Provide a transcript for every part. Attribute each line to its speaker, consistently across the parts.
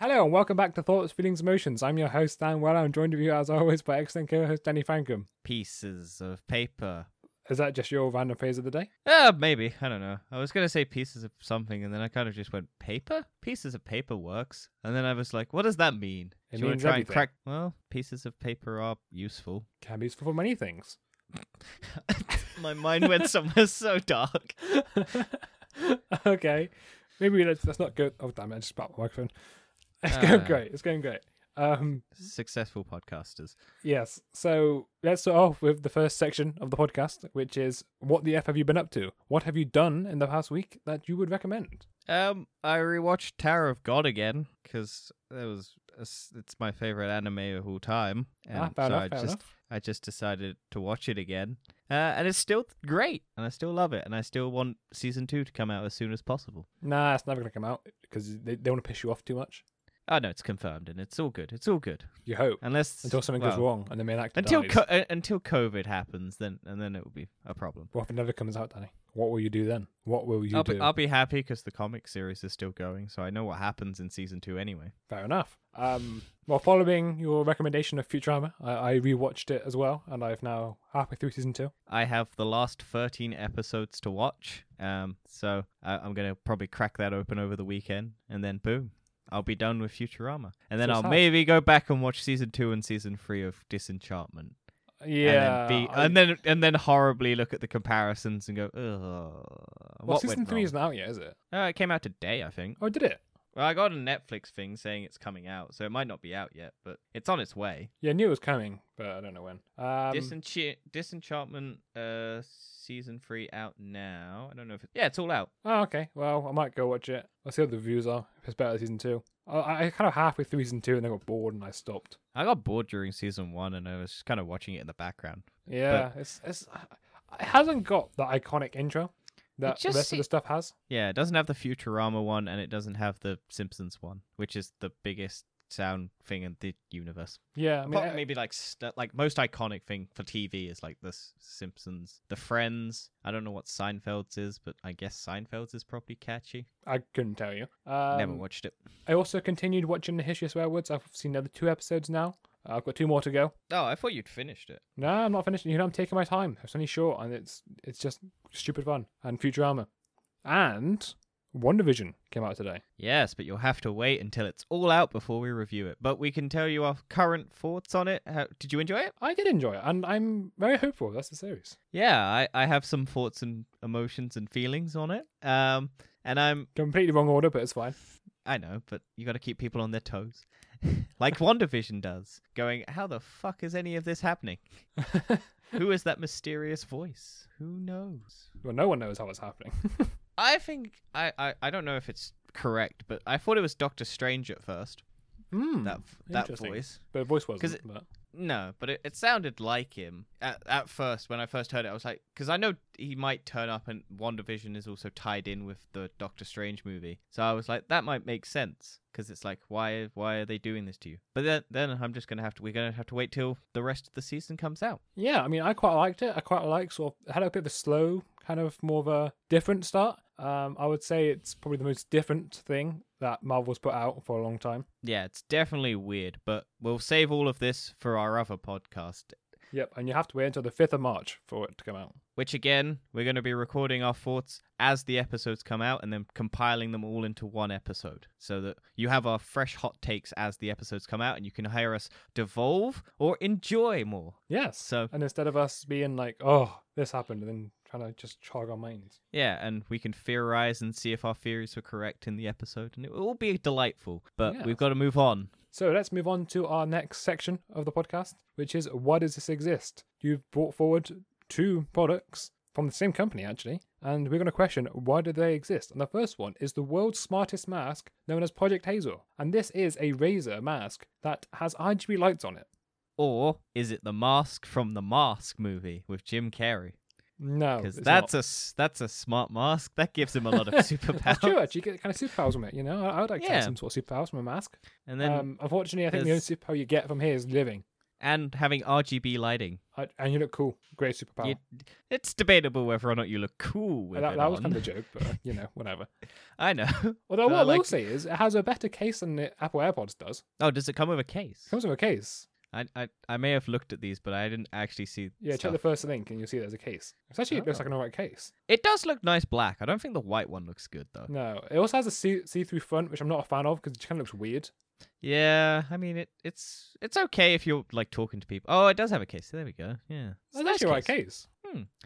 Speaker 1: Hello and welcome back to Thoughts, Feelings, Emotions. I'm your host Dan Weller. I'm joined with you as always by excellent co-host Danny Frankham.
Speaker 2: Pieces of paper.
Speaker 1: Is that just your random phrase of the day?
Speaker 2: Uh, maybe. I don't know. I was going to say pieces of something, and then I kind of just went, paper? Pieces of paper works. And then I was like, what does that mean?
Speaker 1: It
Speaker 2: Do you wanna
Speaker 1: means
Speaker 2: try
Speaker 1: everything.
Speaker 2: and crack? Well, pieces of paper are useful.
Speaker 1: Can be useful for many things.
Speaker 2: My mind went somewhere so dark.
Speaker 1: okay, maybe let's, let's not go. Oh damn it! I just spat my microphone. It's going
Speaker 2: Ah.
Speaker 1: great. It's going great. Um,
Speaker 2: Successful podcasters.
Speaker 1: yes. So let's start off with the first section of the podcast, which is what the f have you been up to? What have you done in the past week that you would recommend?
Speaker 2: Um, I rewatched Tower of God again because it was it's my favorite anime of all time, and
Speaker 1: ah, fair
Speaker 2: so
Speaker 1: enough.
Speaker 2: I
Speaker 1: fair
Speaker 2: just
Speaker 1: enough.
Speaker 2: I just decided to watch it again, uh, and it's still great, and I still love it, and I still want season two to come out as soon as possible.
Speaker 1: Nah, it's never gonna come out because they, they want to piss you off too much.
Speaker 2: Oh no, it's confirmed, and it's all good. It's all good,
Speaker 1: You hope
Speaker 2: unless
Speaker 1: until something goes
Speaker 2: well,
Speaker 1: wrong and the main actor
Speaker 2: Until
Speaker 1: dies.
Speaker 2: co- uh, until COVID happens, then and then it will be a problem.
Speaker 1: what if it never comes out, Danny? What will you do then? What will you
Speaker 2: I'll
Speaker 1: do?
Speaker 2: be, I'll be happy because the comic series is still going, so I know what happens in season two anyway.
Speaker 1: Fair enough. Um, well, following your recommendation of Futurama, I, I rewatched it as well, and I've now halfway through season two.
Speaker 2: I have the last 13 episodes to watch. Um, so I, I'm going to probably crack that open over the weekend and then boom, I'll be done with Futurama. And then
Speaker 1: So
Speaker 2: I'll
Speaker 1: sad.
Speaker 2: maybe go back and watch season two and season three of Disenchantment.
Speaker 1: Yeah,
Speaker 2: And then, be,
Speaker 1: I-
Speaker 2: and, then and then horribly look at the comparisons and go, ugh.
Speaker 1: well,
Speaker 2: what
Speaker 1: season
Speaker 2: went
Speaker 1: three
Speaker 2: wrong?"
Speaker 1: isn't out yet, is it?
Speaker 2: Uh, it came out today, I think.
Speaker 1: Oh, did it?
Speaker 2: Well, I got a Netflix thing saying it's coming out, so it might not be out yet, but it's on its way.
Speaker 1: Yeah, I knew it was coming, but I don't know when. Um,
Speaker 2: Disencha- Disenchantment uh season 3 out now. I don't know if it- Yeah, it's all out.
Speaker 1: oh, okay. Well, I might go watch it. I'll see what the reviews are. If it's better than season two. I, I kind of halfway through season two and then got bored and I stopped.
Speaker 2: I got bored during season 1 and I was just kind of watching it in the background.
Speaker 1: Yeah, it's it's it hasn't got the iconic intro that the
Speaker 2: just
Speaker 1: rest of
Speaker 2: se-
Speaker 1: the stuff has.
Speaker 2: Yeah, it doesn't have the Futurama one and it doesn't have the Simpsons one, which is the biggest sound thing in the universe.
Speaker 1: Yeah, I
Speaker 2: I
Speaker 1: mean, I-
Speaker 2: maybe like st- like most iconic thing for TV is like the S- Simpsons, the Friends. I don't know what Seinfeld's is, but I guess Seinfeld's is probably catchy.
Speaker 1: I couldn't tell you. Um,
Speaker 2: Never watched it.
Speaker 1: I also continued watching The History of Swearwords. I've seen the other two episodes now. Uh, I've got two more to go.
Speaker 2: Oh, I thought you'd finished it.
Speaker 1: No, I'm not finishing. You know, I'm taking my time. It's only short, and it's it's just stupid fun and Futurama, and WandaVision came out today.
Speaker 2: Yes, but you'll have to wait until it's all out before we review it. But we can tell you our current thoughts on it. How, did you enjoy it?
Speaker 1: I did enjoy it, and I'm very hopeful. That's the series.
Speaker 2: Yeah, I, I have some thoughts and emotions and feelings on it. Um, and I'm
Speaker 1: Completely wrong order, but it's fine.
Speaker 2: I know, but you got to keep people on their toes, like WandaVision does. Going, how the fuck is any of this happening? Who is that mysterious voice? Who knows?
Speaker 1: Well, no one knows how it's happening.
Speaker 2: I think I I, I don't know if it's correct, but I thought it was Doctor Strange at first.
Speaker 1: Hmm.
Speaker 2: That that
Speaker 1: interesting.
Speaker 2: voice.
Speaker 1: but the voice
Speaker 2: 'Cause
Speaker 1: wasn't.
Speaker 2: it-
Speaker 1: but-
Speaker 2: No, but it, it sounded like him at, at first when I first heard it. I was like, because I know he might turn up, and WandaVision is also tied in with the Doctor Strange movie. So I was like, that might make sense because it's like, why why are they doing this to you? But then then I'm just gonna have to we're gonna have to wait till the rest of the season comes out.
Speaker 1: Yeah, I mean, I quite liked it. I quite like sort of it had a bit of a slow, kind of more of a different start. Um, I would say it's probably the most different thing that Marvel's put out for a long time.
Speaker 2: Yeah, it's definitely weird, but we'll save all of this for our other podcast.
Speaker 1: Yep, and you have to wait until the fifth of March for it to come out.
Speaker 2: Which again, we're going to be recording our thoughts as the episodes come out and then compiling them all into one episode so that you have our fresh hot takes as the episodes come out and you can hear us devolve or enjoy more.
Speaker 1: Yes.
Speaker 2: So-
Speaker 1: and instead of us being like, "Oh, this happened," and then trying to just chog our minds.
Speaker 2: Yeah, and we can theorize and see if our theories were correct in the episode and it will all be delightful. But
Speaker 1: Yes.
Speaker 2: we've got to move on.
Speaker 1: So let's move on to our next section of the podcast, which is why does this exist? You've brought forward two products from the same company actually, and we're going to question why do they exist. And the first one is the world's smartest mask, known as Project Hazel, and this is a razor mask that has RGB lights on it.
Speaker 2: Or is it the mask from the Mask movie with Jim Carrey?
Speaker 1: No,
Speaker 2: Because
Speaker 1: Oh, it's
Speaker 2: that's
Speaker 1: not.
Speaker 2: a s a that's a smart mask that gives him a lot of superpowers.
Speaker 1: That's true, actually. You get kind of superpowers from it, you know? I, I would like to
Speaker 2: Yeah.
Speaker 1: have some sort of superpowers from a mask.
Speaker 2: And then
Speaker 1: um, unfortunately, I think the only
Speaker 2: there's-
Speaker 1: superpower you get from here is living.
Speaker 2: and having RGB lighting.
Speaker 1: I, and you look cool. Great superpower.
Speaker 2: You- it's debatable whether or not you look cool with
Speaker 1: And that,
Speaker 2: it
Speaker 1: that was
Speaker 2: on.
Speaker 1: kind of a joke, but uh, you know, whatever.
Speaker 2: I know.
Speaker 1: Although
Speaker 2: So,
Speaker 1: what I will
Speaker 2: like-
Speaker 1: say is, it has a better case than the Apple AirPods does.
Speaker 2: Oh, does it come with a case?
Speaker 1: It comes with a case.
Speaker 2: I, I I may have looked at these, but I didn't actually see.
Speaker 1: Yeah, check
Speaker 2: stuff.
Speaker 1: the first link and you'll see there's a case. It's actually it looks
Speaker 2: Oh.
Speaker 1: like an alright case.
Speaker 2: It does look nice black. I don't think the white one looks good though.
Speaker 1: No, it also has a see through front, which I'm not a fan of because it kind of looks weird.
Speaker 2: Yeah, I mean it. It's it's okay if you're like talking to people. Oh, it does have a case. There we go. Yeah, It's a
Speaker 1: It's
Speaker 2: nice
Speaker 1: actually alright case.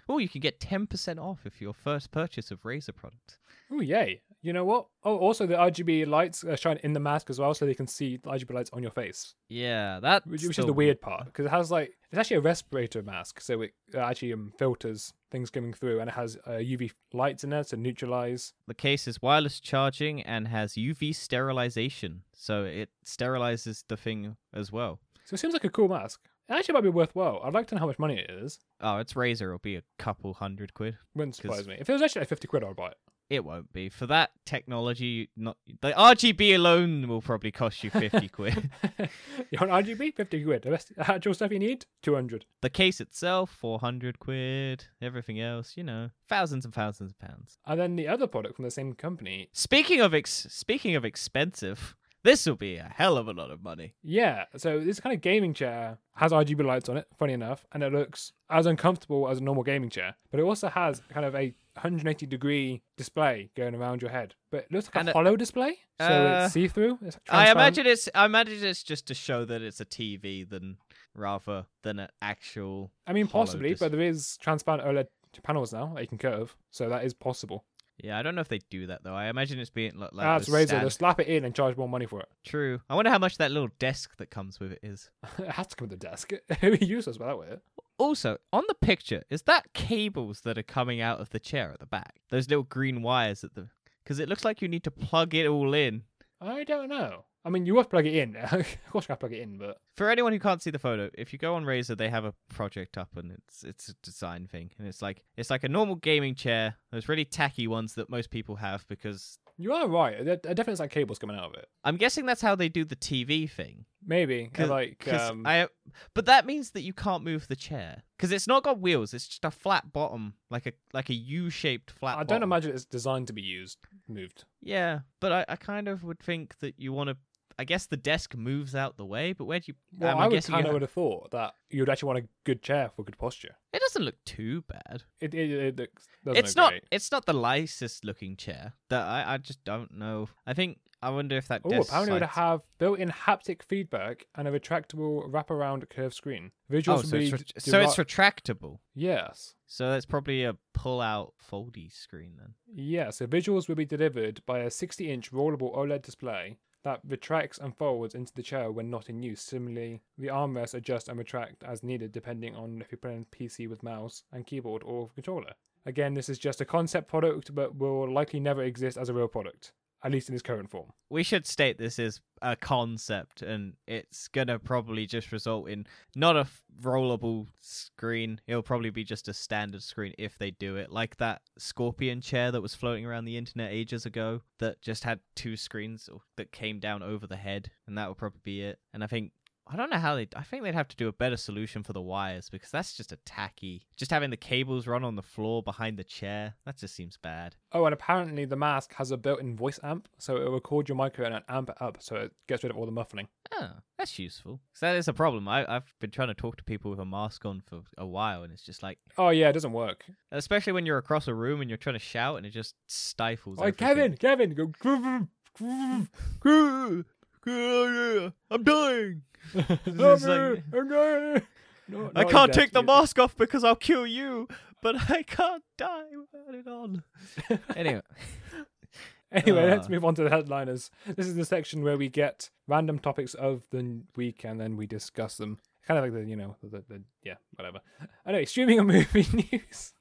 Speaker 2: Oh, you can get ten percent off if your first purchase of Razer products.
Speaker 1: Oh yay! You know what? Oh, also the RGB lights are shine in the mask as well, so they can see the RGB lights on your face,
Speaker 2: Yeah, that
Speaker 1: which, which is the weird part because it has like it's actually a respirator mask, so it uh, actually um, filters things coming through, and it has uh, UV lights in there to neutralize.
Speaker 2: The case is wireless charging and has UV sterilization, so it sterilizes the thing as well.
Speaker 1: So it seems like a cool mask. It actually might be worthwhile. I'd like to know how much money it is.
Speaker 2: Oh, it's Razer. It'll be a couple hundred quid.
Speaker 1: Wouldn't
Speaker 2: 'Cause-
Speaker 1: surprise me. If it was actually like fifty quid, I'd buy it.
Speaker 2: It won't be for that technology. Not the RGB alone will probably cost you fifty quid.
Speaker 1: you want RGB? 50 quid. The rest actual stuff you need? 200.
Speaker 2: The case itself, four hundred quid. Everything else, you know, thousands and thousands of pounds.
Speaker 1: And then the other product from the same company.
Speaker 2: Speaking of ex- speaking of expensive, this will be a hell of a lot of money.
Speaker 1: Yeah, so this kind of gaming chair has RGB lights on it, funny enough, and it looks as uncomfortable as a normal gaming chair, but it also has kind of a 180 degree display going around your head. But it looks like
Speaker 2: And
Speaker 1: a
Speaker 2: it-
Speaker 1: hollow display, so
Speaker 2: Uh,
Speaker 1: it's see through.
Speaker 2: I imagine it's I imagine it's just to show that it's a TV than rather than an actual.
Speaker 1: I mean,
Speaker 2: hollow
Speaker 1: possibly,
Speaker 2: dis-
Speaker 1: but there is transparent OLED E panels now that you can curve, so that is possible.
Speaker 2: Yeah, I don't know if they do that though. I imagine it's being like, like
Speaker 1: That's
Speaker 2: the
Speaker 1: Razer.
Speaker 2: stand-
Speaker 1: They'll slap it in and charge more money for it.
Speaker 2: True. I wonder how much that little desk that comes with it is.
Speaker 1: it has to come with a desk. it would be useless without it.
Speaker 2: Also, on the picture, is that cables that are coming out of the chair at the back? Those little green wires at the because it looks like you need to plug it all in.
Speaker 1: I don't know. I mean, you have to plug it in. of course, you have to plug it in, but
Speaker 2: For anyone who can't see the photo, if you go on Razer, they have a project up and it's it's a design thing, and it's like it's like a normal gaming chair. Those really tacky ones that most people have because
Speaker 1: you are right. There there definitely is like cables coming out of it.
Speaker 2: I'm guessing that's how they do the TV thing.
Speaker 1: Maybe
Speaker 2: Cause,
Speaker 1: like
Speaker 2: 'cause
Speaker 1: um,
Speaker 2: I, but that means that you can't move the chair because it's not got wheels. It's just a flat bottom, like a like a U-shaped flat.
Speaker 1: I don't
Speaker 2: bottom.
Speaker 1: imagine it's designed to be used moved.
Speaker 2: Yeah, but I, I kind of would think that you want to. I guess the desk moves out the way, but where do you?
Speaker 1: Well,
Speaker 2: um,
Speaker 1: I would
Speaker 2: guessing you
Speaker 1: kind of
Speaker 2: ha-
Speaker 1: would have thought that you'd actually want a good chair for good posture.
Speaker 2: It doesn't look too bad.
Speaker 1: It, it, it looks, doesn't look
Speaker 2: it's not.
Speaker 1: great.
Speaker 2: It's not the nicest looking chair. That I, I just don't know. I think I wonder if that.
Speaker 1: Oh,
Speaker 2: desk
Speaker 1: apparently it would
Speaker 2: sides-
Speaker 1: have built-in haptic feedback and a retractable wraparound curved screen. Visuals
Speaker 2: Oh,
Speaker 1: would
Speaker 2: so
Speaker 1: be
Speaker 2: it's, ret-
Speaker 1: d-
Speaker 2: so it's
Speaker 1: deri-
Speaker 2: retractable.
Speaker 1: yes,
Speaker 2: So that's probably a pull-out foldy screen then.
Speaker 1: yeah. So visuals will be delivered by a 60-inch rollable OLED display that retracts and folds into the chair when not in use. Similarly, the armrests adjust and retract as needed depending on if you're playing PC with mouse and keyboard or controller. Again, this is just a concept product, but will likely never exist as a real product, at least in its current form.
Speaker 2: we should state this is a concept and it's gonna probably just result in not a f- rollable screen it'll probably be just a standard screen if they do it like that scorpion chair that was floating around the internet ages ago that just had two screens or- that came down over the head and that would probably be it and i think I don't know how they. I think they'd have to do a better solution for the wires because that's just a tacky. Just having the cables run on the floor behind the chair, that just seems bad.
Speaker 1: Oh, and apparently the mask has a built-in voice amp, so it'll record your microphone and amp it up, so it gets rid of all the muffling.
Speaker 2: Oh, that's useful. 'Cause that is a problem. I, I've been trying to talk to people with a mask on for a while, and it's just like,
Speaker 1: Oh yeah, it doesn't work.
Speaker 2: especially when you're across a room and you're trying to shout, and it just stifles.
Speaker 1: Oh, Kevin, Kevin,
Speaker 2: everything.
Speaker 1: go. groove, groove,
Speaker 2: Kevin, I'm dying.
Speaker 1: help
Speaker 2: It's
Speaker 1: me,
Speaker 2: like-
Speaker 1: I'm dying. No,
Speaker 2: I
Speaker 1: not
Speaker 2: can't
Speaker 1: in
Speaker 2: take
Speaker 1: depth,
Speaker 2: the
Speaker 1: you-
Speaker 2: mask off because I'll kill you, but I can't die without it on. anyway,
Speaker 1: Anyway, let's
Speaker 2: Ah.
Speaker 1: move on to the headliners. This is the section where we get random topics of the week and then we discuss them. Kind of like the, you know, the, the, the yeah, whatever. Anyway, streaming and movie news.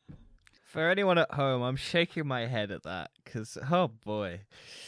Speaker 2: for anyone at home, I'm shaking my head at that because oh boy,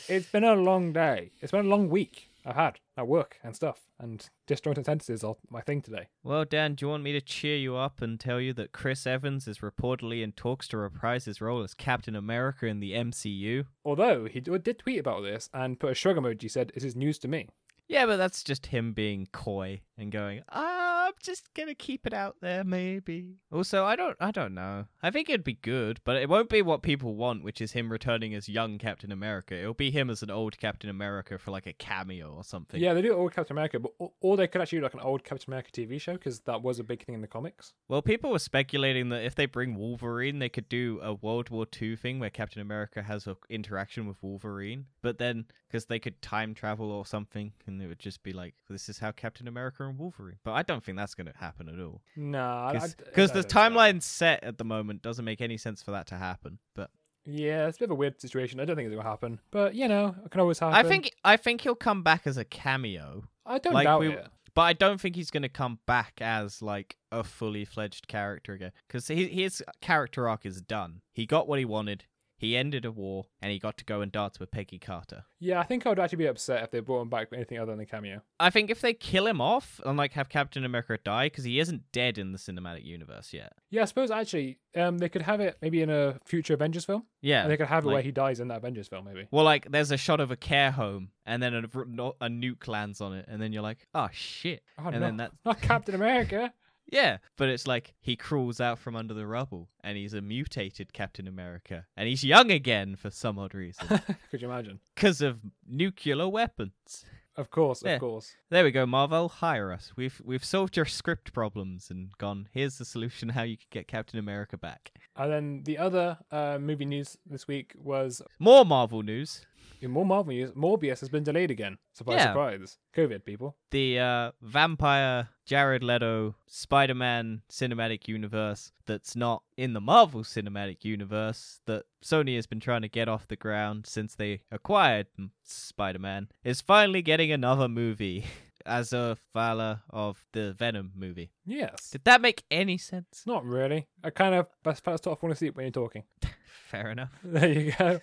Speaker 1: It's been a long day. It's been a long week I've had at work and stuff, and disjointed sentences are my thing today.
Speaker 2: Well, Dan, do you want me to cheer you up and tell you that Chris Evans is reportedly in talks to reprise his role as Captain America in the MCU?
Speaker 1: Although he d- did tweet about this and put a shrug emoji, said, This is news to me.
Speaker 2: Yeah, but that's just him being coy and going, I'm I'm just gonna keep it out there, maybe. Also, I don't, I don't know. I think it'd be good, but it won't be what people want, which is him returning as young Captain America. It'll be him as an old Captain America for like a cameo or something.
Speaker 1: Yeah, they do old Captain America, but or- or they could actually do like an old Captain America TV show because that was a big thing in the comics.
Speaker 2: Well, people were speculating that if they bring Wolverine, they could do a World War II thing where Captain America has an interaction with Wolverine. But then, because they could time travel or something, and it would just be like, this is how Captain America and Wolverine. But I don't think that's going to happen at all.
Speaker 1: Nah, I- I-
Speaker 2: Because
Speaker 1: I
Speaker 2: the
Speaker 1: don't know.
Speaker 2: timeline set at the moment doesn't make any sense for that to happen. But
Speaker 1: Yeah, it's a bit of a weird situation. I don't think it's gonna happen, but you know, it can always happen.
Speaker 2: I think I think he'll come back as a cameo.
Speaker 1: I don't
Speaker 2: like
Speaker 1: doubt
Speaker 2: we-
Speaker 1: it.
Speaker 2: But I don't think he's going to come back as like a fully fledged character again because his character arc is done. He got what he wanted. He ended a war, and he got to go and dance with Peggy Carter.
Speaker 1: Yeah, I think I would actually be upset if they brought him back with anything other than a cameo.
Speaker 2: I think if they kill him off and like have Captain America die because he isn't dead in the cinematic universe yet.
Speaker 1: Yeah, I suppose actually, um, they could have it maybe in a future Avengers film.
Speaker 2: Yeah,
Speaker 1: and they could have it where
Speaker 2: like-
Speaker 1: he dies in that Avengers film, maybe.
Speaker 2: Well, like there's a shot of a care home, and then a, a nuke lands on it, and then you're like, oh shit,
Speaker 1: Oh,
Speaker 2: and
Speaker 1: no,
Speaker 2: then that
Speaker 1: not Captain America.
Speaker 2: Yeah, but it's like he crawls out from under the rubble and he's a mutated Captain America and he's young again for some odd reason
Speaker 1: could you imagine?
Speaker 2: because of nuclear weapons.
Speaker 1: Of course, of
Speaker 2: Yeah.
Speaker 1: course.
Speaker 2: There we go, Marvel, hire us. We've we've solved your script problems and gone, here's the solution how you can get Captain America back.
Speaker 1: And then the other uh, movie news this week was
Speaker 2: More Marvel news.
Speaker 1: in more Marvel news. Morbius has been delayed again. Surprise,
Speaker 2: Yeah.
Speaker 1: surprise. COVID people.
Speaker 2: The uh, vampire Jared Leto Spider Man cinematic universe that's not in the Marvel cinematic universe that Sony has been trying to get off the ground since they acquired Spider Man is finally getting another movie as a falla of the Venom movie.
Speaker 1: Yes.
Speaker 2: Did that make any sense?
Speaker 1: Not really. I kind of best passed off falling asleep when you're talking.
Speaker 2: Fair enough.
Speaker 1: There you go.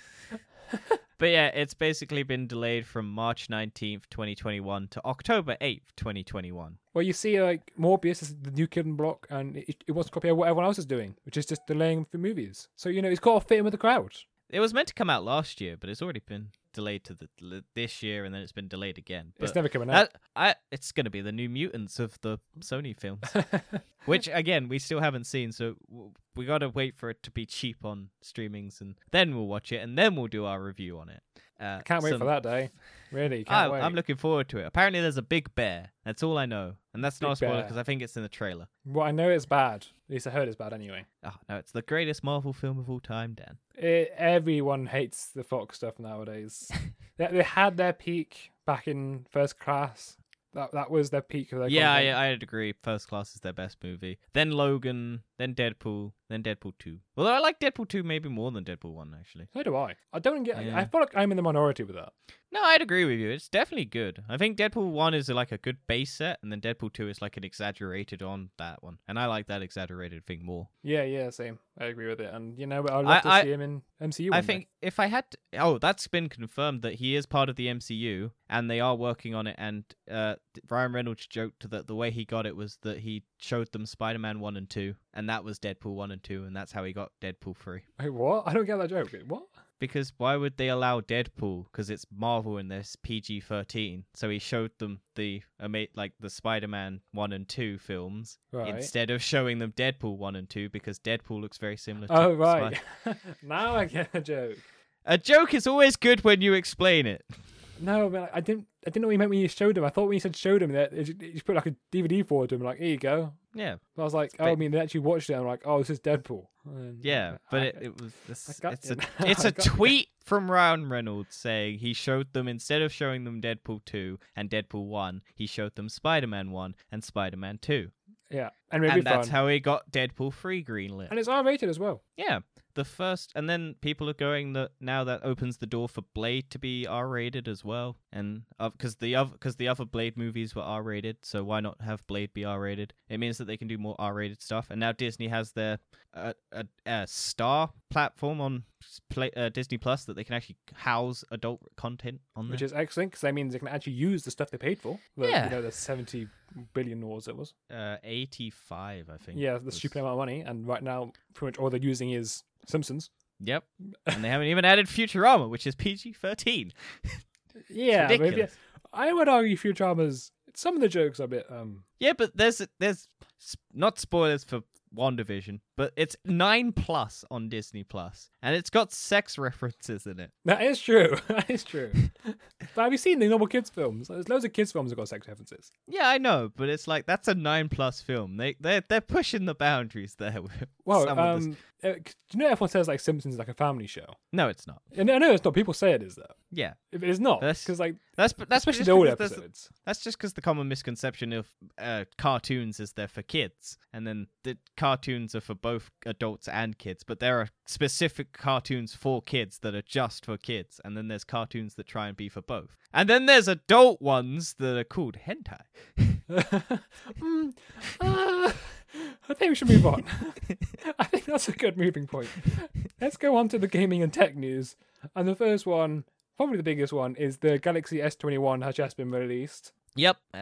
Speaker 2: But yeah, it's basically been delayed from March 19th, 2021 to October 8th, 2021.
Speaker 1: Well, you see, like Morbius is the new kid on the block, and it, it wants to copy what everyone else is doing, which is just delaying the movies. So you know, it's got to fit in with the crowd.
Speaker 2: It was meant to come out last year, but it's already been delayed to the l- this year, and then it's been delayed again. But
Speaker 1: it's never coming out.
Speaker 2: that, I, it's going to be the new mutants of the Sony films, which again we still haven't seen. So w- we got to wait for it to be cheap on streamings, and then we'll watch it, and then we'll do our review on it. Uh,
Speaker 1: can't wait
Speaker 2: so-
Speaker 1: for that day. Really,
Speaker 2: I,
Speaker 1: can't wait.
Speaker 2: I'm looking forward to it. Apparently, there's a big bear. That's all I know, and that's not
Speaker 1: Big
Speaker 2: a spoiler
Speaker 1: bear.
Speaker 2: because I think it's in the trailer.
Speaker 1: well, I know it's bad. At least I heard it's bad anyway.
Speaker 2: Oh no, it's the greatest Marvel film of all time, Dan.
Speaker 1: It, Eh, everyone hates the Fox stuff nowadays. they, they had their peak back in First Class. That that was their peak of their
Speaker 2: yeah,
Speaker 1: content.
Speaker 2: I, I'd agree. First Class is their best movie. Then Logan, then Deadpool, then Deadpool 2. Although I like Deadpool 2 maybe more than Deadpool 1, actually.
Speaker 1: So do I. I don't get. I
Speaker 2: Yeah.
Speaker 1: feel like I'm in the minority with that.
Speaker 2: No, I'd agree with you. It's definitely good. I think Deadpool 1 is like a good base set, and then Deadpool 2 is like an exaggerated on that one. And I like that exaggerated thing more.
Speaker 1: Yeah, yeah, same. I agree with it. And you know, I'd love
Speaker 2: I-
Speaker 1: to
Speaker 2: I-
Speaker 1: see him in MCU.
Speaker 2: I
Speaker 1: one day.
Speaker 2: think if I had. To... Oh, that's been confirmed that he is part of the MCU, and they are working on it. And uh, Ryan Reynolds joked that the way he got it was that he showed them Spider Man 1 and 2, and that was Deadpool 1 and 2, and that's how he got Deadpool 3.
Speaker 1: Wait, what? I don't get that joke. Wait, What?
Speaker 2: Because why would they allow Deadpool? Because it's Marvel and there's PG thirteen. So he showed them the ama- like the Spider Man one and two films
Speaker 1: Right.
Speaker 2: instead of showing them Deadpool one and two because Deadpool looks very similar. to
Speaker 1: oh right.
Speaker 2: Spider-
Speaker 1: now I get the joke.
Speaker 2: a joke is always good when you explain it.
Speaker 1: No, but I didn't. I didn't know what you meant when you showed him. I thought when you said showed him that it- you just put like a DVD forward to him, like here you go.
Speaker 2: Yeah,
Speaker 1: But I was like, oh, I
Speaker 2: bit-
Speaker 1: mean, they actually watched it. And I'm like, oh, this is Deadpool. And-
Speaker 2: yeah, but
Speaker 1: I-
Speaker 2: it, it was this,
Speaker 1: got
Speaker 2: it's
Speaker 1: you
Speaker 2: a
Speaker 1: now.
Speaker 2: it's
Speaker 1: I
Speaker 2: a
Speaker 1: got you.
Speaker 2: tweet from Ryan Reynolds saying he showed them instead of showing them Deadpool two and Deadpool one, he showed them Spider Man one and Spider Man two,
Speaker 1: yeah, and it'd
Speaker 2: and
Speaker 1: be
Speaker 2: that's
Speaker 1: fun.
Speaker 2: how he got Deadpool three greenlit.
Speaker 1: and it's R rated as well.
Speaker 2: Yeah, the first, and then people are going that now that opens the door for Blade to be R-rated as well, and because the other because the other Blade movies were R-rated, so why not have Blade be R-rated? It means that they can do more R-rated stuff, and now Disney has their uh, uh, uh, Star platform on s- play, uh, Disney Plus that they can actually house adult content on there.
Speaker 1: Which is excellent because that means they can actually use the stuff they paid for. The,
Speaker 2: Yeah.
Speaker 1: You know, the 70 billion wars it was.
Speaker 2: uh, Eighty-five, I think.
Speaker 1: Yeah, the
Speaker 2: was-
Speaker 1: stupid amount of money. And right now, pretty much all they're using is Simpsons.
Speaker 2: Yep, and they haven't even added Futurama, which is PG thirteen.
Speaker 1: Yeah, maybe-
Speaker 2: ridiculous.
Speaker 1: I would argue Futurama's Some of the jokes are a bit um
Speaker 2: Yeah, but there's there's s- not spoilers for WandaVision, but it's 9 plus on Disney Plus and it's got sex references in it.
Speaker 1: That is true. That is true. but have you seen the normal kids films? There's loads of kids films that got sex references.
Speaker 2: Yeah, I know, but it's like that's a 9 plus film. They they they're pushing the boundaries there with
Speaker 1: Well,
Speaker 2: some of this.
Speaker 1: um, uh, c- do you know everyone says like Simpsons is like a family show?
Speaker 2: No, it's not.
Speaker 1: And I know it's not. People say it is though.
Speaker 2: Yeah.
Speaker 1: It is not
Speaker 2: That's-
Speaker 1: because like
Speaker 2: That's that's
Speaker 1: especially
Speaker 2: just
Speaker 1: the old
Speaker 2: because there's-
Speaker 1: episodes.
Speaker 2: That's just because the common misconception of uh, cartoons is they're for kids, and then the cartoons are for both adults and kids. But there are specific cartoons for kids that are just for kids, and then there's cartoons that try and be for both. And then there's adult ones that are called hentai.
Speaker 1: Mm, uh, I think we should move on. I think that's a good moving point. Let's go on to the gaming and tech news. And the first one, probably the biggest one, is the Galaxy S21 has just been released.
Speaker 2: Yep. Uh,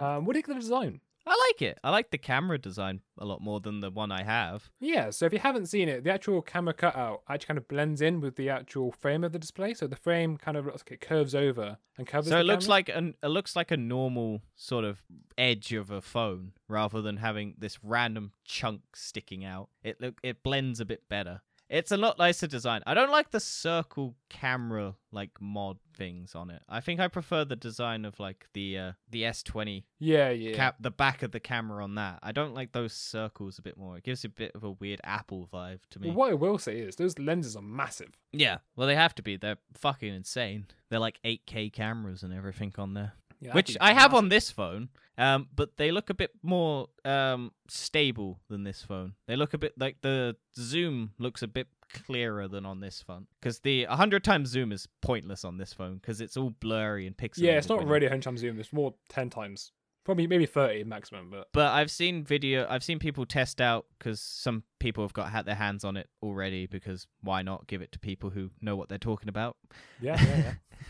Speaker 1: Um, what do you think of the design?
Speaker 2: I like it. I like the camera design a lot more than the one I have.
Speaker 1: Yeah, so if you haven't seen it, the actual camera cutout actually kind of blends in with the actual frame of the display. So the frame kind of looks like it curves over and covers.
Speaker 2: so
Speaker 1: the
Speaker 2: it looks
Speaker 1: camera.
Speaker 2: like an it looks like a normal sort of edge of a phone rather than having this random chunk sticking out. It look it blends a bit better. It's a lot nicer design. I don't like the circle camera like mod things on it. I think I prefer the design of like the uh, the S20
Speaker 1: yeah, yeah,
Speaker 2: cap the back of the camera on that. I don't like those circles a bit more. It gives a bit of a weird Apple vibe to me.
Speaker 1: Well, what I will say is those lenses are massive.
Speaker 2: Yeah. Well, they have to be. They're fucking insane. They're like 8K cameras and everything on there.
Speaker 1: Yeah,
Speaker 2: which
Speaker 1: that'd be
Speaker 2: I have
Speaker 1: massive.
Speaker 2: on this phone, um, but they look a bit more um, stable than this phone. They look a bit like the zoom looks a bit clearer than on this phone because the 100 times zoom is pointless on this phone because it's all blurry and pixelated.
Speaker 1: Yeah, it's not
Speaker 2: when you-
Speaker 1: really a hundred times zoom. It's more ten times, probably maybe thirty maximum. But
Speaker 2: But I've seen video. I've seen people test out because some people have got had their hands on it already. Because why not give it to people who know what they're talking about?
Speaker 1: yeah, yeah,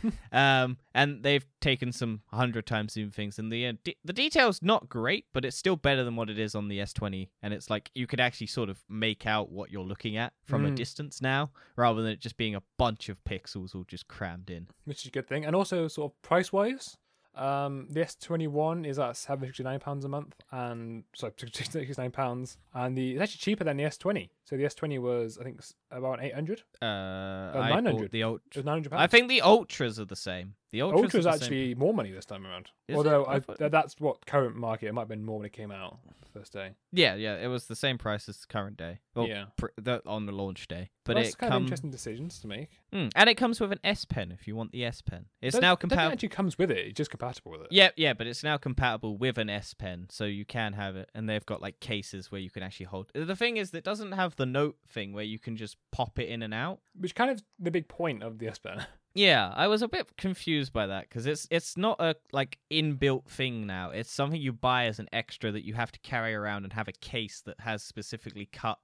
Speaker 1: yeah.
Speaker 2: Um, and they've taken some hundred times zoom things, and the uh, de- the details not great, but it's still better than what it is on the S20. And it's like you could actually sort of make out what you're looking at from a
Speaker 1: Mm.
Speaker 2: distance now, rather than it just being a bunch of pixels all just crammed in.
Speaker 1: which is a good thing. And also, sort of price wise, um, the S twenty one is at seven sixty nine pounds a month, and sorry, sixty nine pounds, and the it's actually cheaper than the S twenty. So the S twenty was I think s- about eight hundred.
Speaker 2: Uh, I bought
Speaker 1: 900.
Speaker 2: the
Speaker 1: It was
Speaker 2: ultra.
Speaker 1: nine hundred
Speaker 2: I
Speaker 1: pounds.
Speaker 2: think the ultras are the same. The ultras,
Speaker 1: uh, Ultra's
Speaker 2: are the same.
Speaker 1: actually more money this time around.
Speaker 2: Is
Speaker 1: Although
Speaker 2: it? I
Speaker 1: I,
Speaker 2: thought-
Speaker 1: th- that's what current market. It might have been more when it came out the first day.
Speaker 2: yeah, yeah. It was the same price as the current day. Well,
Speaker 1: Yeah.
Speaker 2: pr- the, on the launch day, but
Speaker 1: that's
Speaker 2: it
Speaker 1: kind of
Speaker 2: comes mm,
Speaker 1: interesting decisions to make.
Speaker 2: and it comes with an S Pen if you want the S Pen. It's
Speaker 1: Don't-
Speaker 2: now
Speaker 1: don't think
Speaker 2: compatible.
Speaker 1: It actually comes with it. It's just compatible with it.
Speaker 2: Yeah, yeah, but it's now compatible with an S Pen, so you can have it. And they've got like cases where you can actually hold. The thing is, that it doesn't have the note thing where you can just pop it in and out.
Speaker 1: Which kind of the big point of the S Pen.
Speaker 2: Yeah, I was a bit confused by that because it's it's not a like inbuilt thing now. It's something you buy as an extra that you have to carry around and have a case that has specifically cut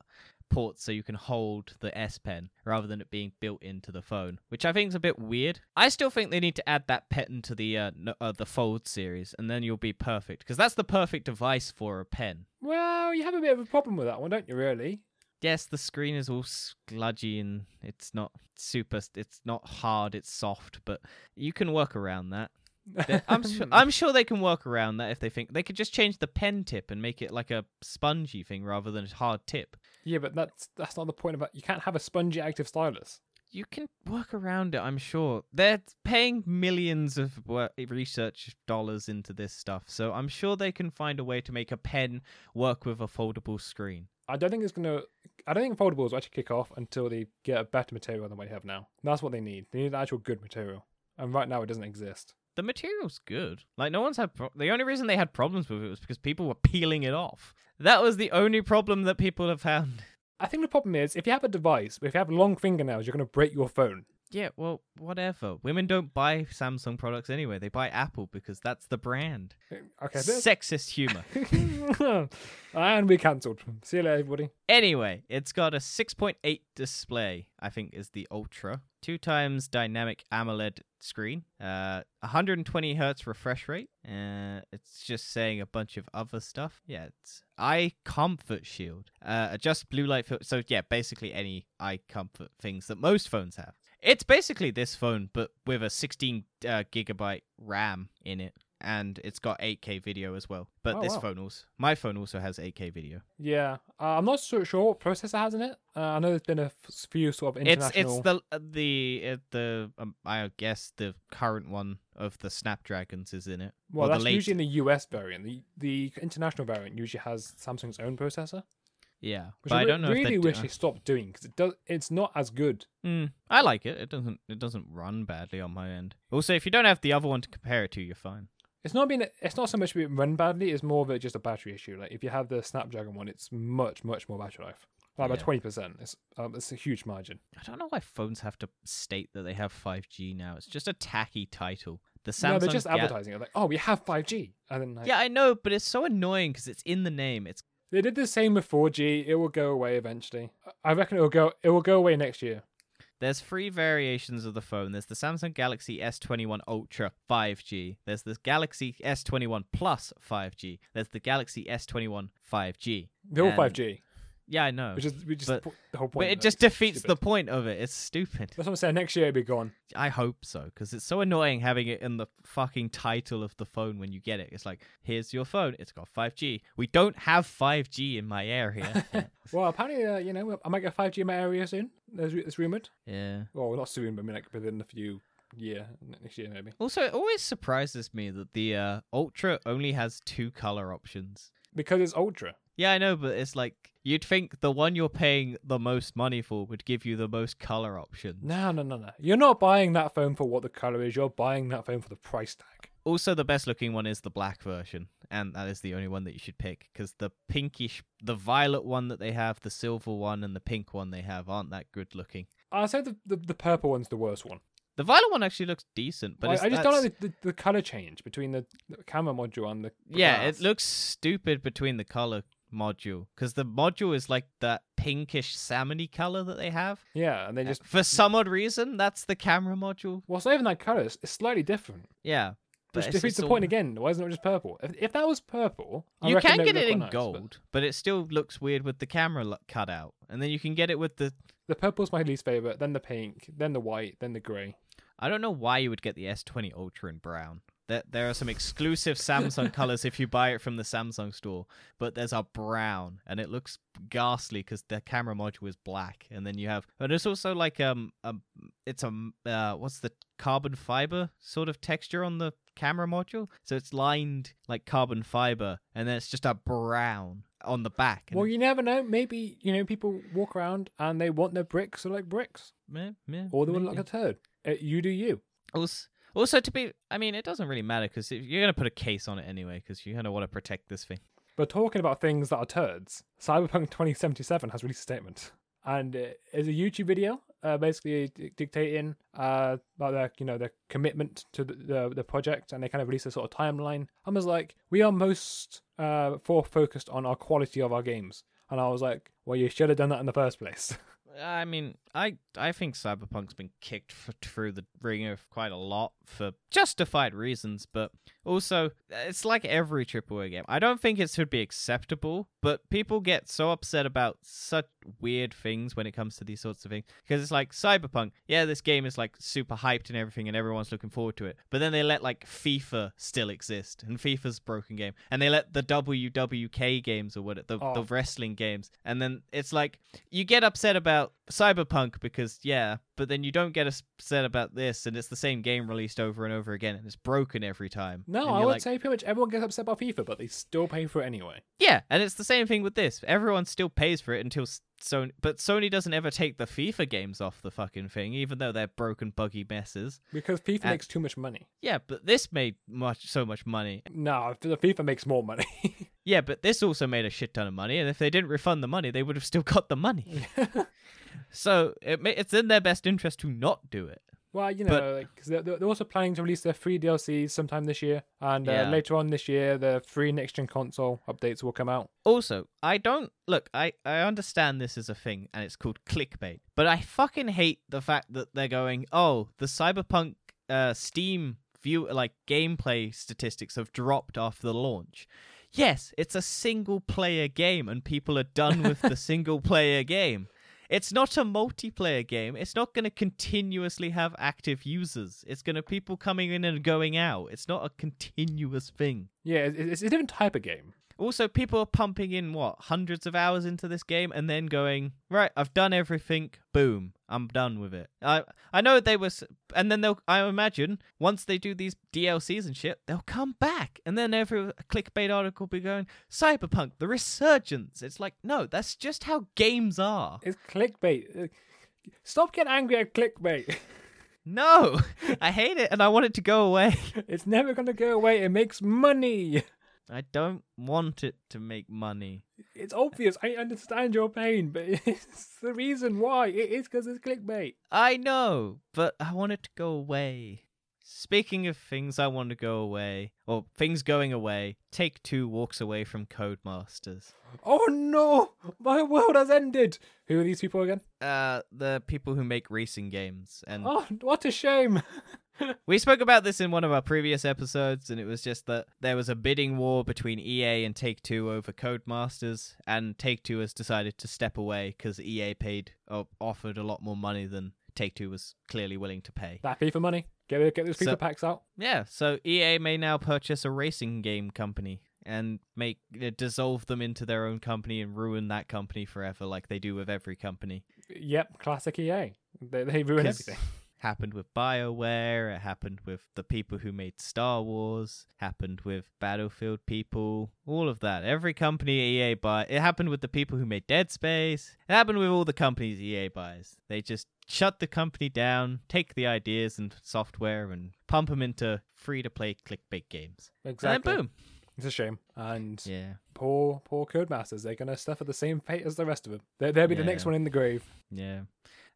Speaker 2: ports so you can hold the S Pen rather than it being built into the phone, which I think is a bit weird. I still think they need to add that pen to the uh, n- uh the Fold series, and then you'll be perfect because that's the perfect device for a pen.
Speaker 1: Well, you have a bit of a problem with that one, don't you? Really?
Speaker 2: Yes, the screen is all sludgy and it's not super. It's not hard. It's soft, but you can work around that. They- I'm su- I'm sure they can work around that if they think they could just change the pen tip and make it like a spongy thing rather than a hard tip.
Speaker 1: Yeah, but that's that's not the point about you can't have a spongy active stylus.
Speaker 2: You can work around it, I'm sure. They're paying millions of wor- research dollars into this stuff, so I'm sure they can find a way to make a pen work with a foldable screen.
Speaker 1: I don't think it's gonna. I don't think foldables will actually kick off until they get a better material than what they have now. And that's what they need. They need an actual good material, and right now it doesn't exist.
Speaker 2: The material's good. Like no one's had pro- the only reason they had problems with it was because people were peeling it off. That was the only problem that people have found.
Speaker 1: I think the problem is if you have a device, if you have long fingernails, you're gonna break your phone.
Speaker 2: Yeah, well, whatever. Women don't buy Samsung products anyway. They buy Apple because that's the brand.
Speaker 1: Eh, Okay. but-
Speaker 2: Sexist humor.
Speaker 1: and we cancelled. See you later, everybody.
Speaker 2: anyway, it's got a 6.8 display, I think is the Ultra. Two times dynamic AMOLED screen, uh, 120 hertz refresh rate. Uh, it's just saying a bunch of other stuff. Yeah, it's eye comfort shield. Uh, adjust blue light filter. So yeah, basically any eye comfort things that most phones have. It's basically this phone, but with a 16 uh, gigabyte RAM in it. and it's got 8K video as well. But
Speaker 1: Oh,
Speaker 2: this
Speaker 1: wow.
Speaker 2: phone also, my phone also has 8K video.
Speaker 1: Yeah, uh, I'm not so sure what processor has in it. Uh, I know there's been a f- few sort of
Speaker 2: It's
Speaker 1: international.
Speaker 2: it's the the uh, the um, I guess the current one of the Snapdragons is in it.
Speaker 1: well,
Speaker 2: Or the
Speaker 1: that's
Speaker 2: late-
Speaker 1: usually in the US variant. The the international variant usually has Samsung's own processor,
Speaker 2: Yeah,
Speaker 1: which
Speaker 2: but I
Speaker 1: re-
Speaker 2: don't know
Speaker 1: really
Speaker 2: if they
Speaker 1: wish
Speaker 2: do.
Speaker 1: they stopped doing because it does. It's not as good.
Speaker 2: Mm, I like it. It doesn't it doesn't run badly on my end. Also, if you don't have the other one to compare it to, you're fine.
Speaker 1: It's not been. It's not so much being run badly. It's more of a, just a battery issue. Like if you have the Snapdragon one, it's much much more battery life. Like by
Speaker 2: Yeah.
Speaker 1: twenty percent. It's um, it's a huge margin.
Speaker 2: I don't know why phones have to state that they have 5G now. It's just a tacky title. The Samsung
Speaker 1: no, they're just
Speaker 2: Ga-
Speaker 1: advertising it. Like oh, we have five G, and then like,
Speaker 2: Yeah, I know, but it's so annoying because it's in the name. It's
Speaker 1: They did the same with 4G. It will go away eventually. I reckon it will go. It will go away next year.
Speaker 2: There's three variations of the phone. There's the Samsung Galaxy S21 Ultra 5G. There's the Galaxy S21 Plus 5G. There's the Galaxy S21 5G.
Speaker 1: They're all
Speaker 2: And-
Speaker 1: 5G,
Speaker 2: Yeah, I know.
Speaker 1: which is which is
Speaker 2: uh, but-
Speaker 1: po- the whole point. of
Speaker 2: but it just
Speaker 1: It's
Speaker 2: defeats
Speaker 1: stupid.
Speaker 2: the point of it. It's stupid.
Speaker 1: That's what I'm saying. Next year it'll be gone.
Speaker 2: I hope so, because it's so annoying having it in the fucking title of the phone when you get it. It's like, here's your phone. It's got 5G. We don't have 5G in my area.
Speaker 1: Well, apparently, uh, you know, I might get 5G in my area soon. There's it's rumored.
Speaker 2: yeah.
Speaker 1: Well, not soon, but I mean, like within a few year next year maybe.
Speaker 2: Also, it always surprises me that the uh, Ultra only has two color options.
Speaker 1: Because it's ultra.
Speaker 2: Yeah, I know, but it's like you'd think the one you're paying the most money for would give you the most color option.
Speaker 1: No, no, no, no. You're not buying that phone for what the color is. You're buying that phone for the price tag.
Speaker 2: Also, the best looking one is the black version, and that is the only one that you should pick because the pinkish, the violet one that they have, the silver one, and the pink one they have aren't that good looking.
Speaker 1: I'll say the, the, the purple one's the worst one.
Speaker 2: The violet one actually looks decent, but
Speaker 1: Like,
Speaker 2: it's,
Speaker 1: I just don't
Speaker 2: that's-
Speaker 1: like the, the, the color change between the, the camera module and the
Speaker 2: Yeah,
Speaker 1: glass.
Speaker 2: it looks stupid between the color module because the module is like that pinkish salmony color that they have.
Speaker 1: yeah, and they just
Speaker 2: For some odd reason, that's the camera module.
Speaker 1: Well, it's not even that colour. It's, it's slightly different.
Speaker 2: Yeah.
Speaker 1: Which
Speaker 2: it's-
Speaker 1: defeats
Speaker 2: it's
Speaker 1: the
Speaker 2: all-
Speaker 1: point again. Why isn't it just purple? If, if that was purple, I
Speaker 2: You
Speaker 1: reckon
Speaker 2: can
Speaker 1: they
Speaker 2: get
Speaker 1: would
Speaker 2: it
Speaker 1: look
Speaker 2: in
Speaker 1: quite nice, but
Speaker 2: gold, but... it still looks weird with the camera lo- cut out. And then you can get it with the.
Speaker 1: The purple's my least favourite. Then the pink. Then the white. Then the grey.
Speaker 2: I don't know why you would get the S20 Ultra in brown. There, there are some exclusive Samsung colors if you buy it from the Samsung store, but there's a brown, and it looks ghastly because the camera module is black. And then you have, and it's also like um, um it's a m- uh, what's the carbon fiber sort of texture on the camera module? So it's lined like carbon fiber, and then it's just a brown on the back. and
Speaker 1: Well, you never know. Maybe you know people walk around and they want their bricks to look like bricks,
Speaker 2: Meh, meh,
Speaker 1: or they want to look
Speaker 2: maybe.
Speaker 1: like a turd. Uh, you do you.
Speaker 2: also, also to be, I mean, it doesn't really matter because you're gonna put a case on it anyway because you're gonna want to protect this thing.
Speaker 1: But talking about things that are turds, Cyberpunk 2077 has released a statement, and it is a YouTube video uh, basically di- dictating uh, about their you know their commitment to the, the the project, and they kind of release a sort of timeline. I was like, we are most uh, for focused on our quality of our games, and I was like, well, you should have done that in the first place.
Speaker 2: I mean, I I think Cyberpunk's been kicked f- through the ringer quite a lot for justified reasons, but also it's like every AAA game. I don't think it should be acceptable, but people get so upset about such weird things when it comes to these sorts of things because it's like Cyberpunk. Yeah, this game is like super hyped and everything, and everyone's looking forward to it. But then they let like FIFA still exist, and FIFA's a broken game, and they let the WWK games or what the, the
Speaker 1: Oh.
Speaker 2: wrestling games, and then it's like you get upset about Cyberpunk because yeah, but then you don't get upset about this, and it's the same game released over and over again, and it's broken every time.
Speaker 1: No,
Speaker 2: And
Speaker 1: I
Speaker 2: you're
Speaker 1: would
Speaker 2: like,
Speaker 1: say pretty much everyone gets upset about FIFA, but they still pay for it anyway.
Speaker 2: yeah, and it's the same thing with this. Everyone still pays for it until S- Sony, but Sony doesn't ever take the FIFA games off the fucking thing, even though they're broken, buggy messes.
Speaker 1: Because FIFA
Speaker 2: And-
Speaker 1: makes too much money.
Speaker 2: Yeah, but this made much so much money.
Speaker 1: No, the FIFA makes more money.
Speaker 2: Yeah, but this also made a shit ton of money, and if they didn't refund the money, they would have still got the money. so it ma- it's in their best interest to not do it.
Speaker 1: Well, you know,
Speaker 2: But-
Speaker 1: like, 'cause they're, they're also planning to release their free DLCs sometime this year, and uh,
Speaker 2: Yeah.
Speaker 1: later on this year, the free next gen console updates will come out.
Speaker 2: Also, I don't look. I I understand this is a thing, and it's called clickbait. But I fucking hate the fact that they're going, oh, the Cyberpunk uh, Steam view like gameplay statistics have dropped after the launch. Yes, it's a single player game, and people are done with the single player game. It's not a multiplayer game. It's not going to continuously have active users. It's going to people coming in and going out. It's not a continuous thing.
Speaker 1: Yeah, it- it's a different type of game.
Speaker 2: Also, people are pumping in what hundreds of hours into this game and then going right. I've done everything. Boom. I'm done with it. I I know they were, s- and then they'll. I imagine once they do these DLCs and shit, they'll come back, and then every clickbait article will be going Cyberpunk: The Resurgence. It's like no, that's just how games are.
Speaker 1: It's clickbait. Uh, Stop getting angry at clickbait.
Speaker 2: No, I hate it, and I want it to go away.
Speaker 1: It's never going to go away. It makes money.
Speaker 2: I don't want it to make money.
Speaker 1: It's obvious. I understand your pain, but it's the reason why. It is because it's clickbait.
Speaker 2: I know, but I want it to go away. Speaking of things I want to go away, or things going away, Take Two walks away from Codemasters.
Speaker 1: Oh no! My world has ended. Who are these people again?
Speaker 2: Uh, the people who make racing games, and
Speaker 1: Oh, what a shame.
Speaker 2: we spoke about this in one of our previous episodes, and it was just that there was a bidding war between EA and Take Two over Codemasters, and Take Two has decided to step away because EA paid or offered a lot more money than Take Two was clearly willing to pay.
Speaker 1: that fee for money. Get get those FIFA
Speaker 2: So-
Speaker 1: packs out.
Speaker 2: Yeah, so EA may now purchase a racing game company and make uh, dissolve them into their own company and ruin that company forever, like they do with every company.
Speaker 1: Yep, classic EA. They, they ruin
Speaker 2: 'Cause
Speaker 1: everything.
Speaker 2: Happened with BioWare, it happened with the people who made Star Wars, happened with Battlefield people, all of that. Every company EA buy it happened with the people who made Dead Space. It happened with all the companies EA buys. They just shut the company down, take the ideas and software and pump them into free to play clickbait games.
Speaker 1: Exactly.
Speaker 2: And then boom.
Speaker 1: It's a shame. And
Speaker 2: Yeah.
Speaker 1: poor, poor Codemasters. They're going to suffer the same fate as the rest of them. They, they'll be the next
Speaker 2: Yeah.
Speaker 1: one in the grave.
Speaker 2: Yeah.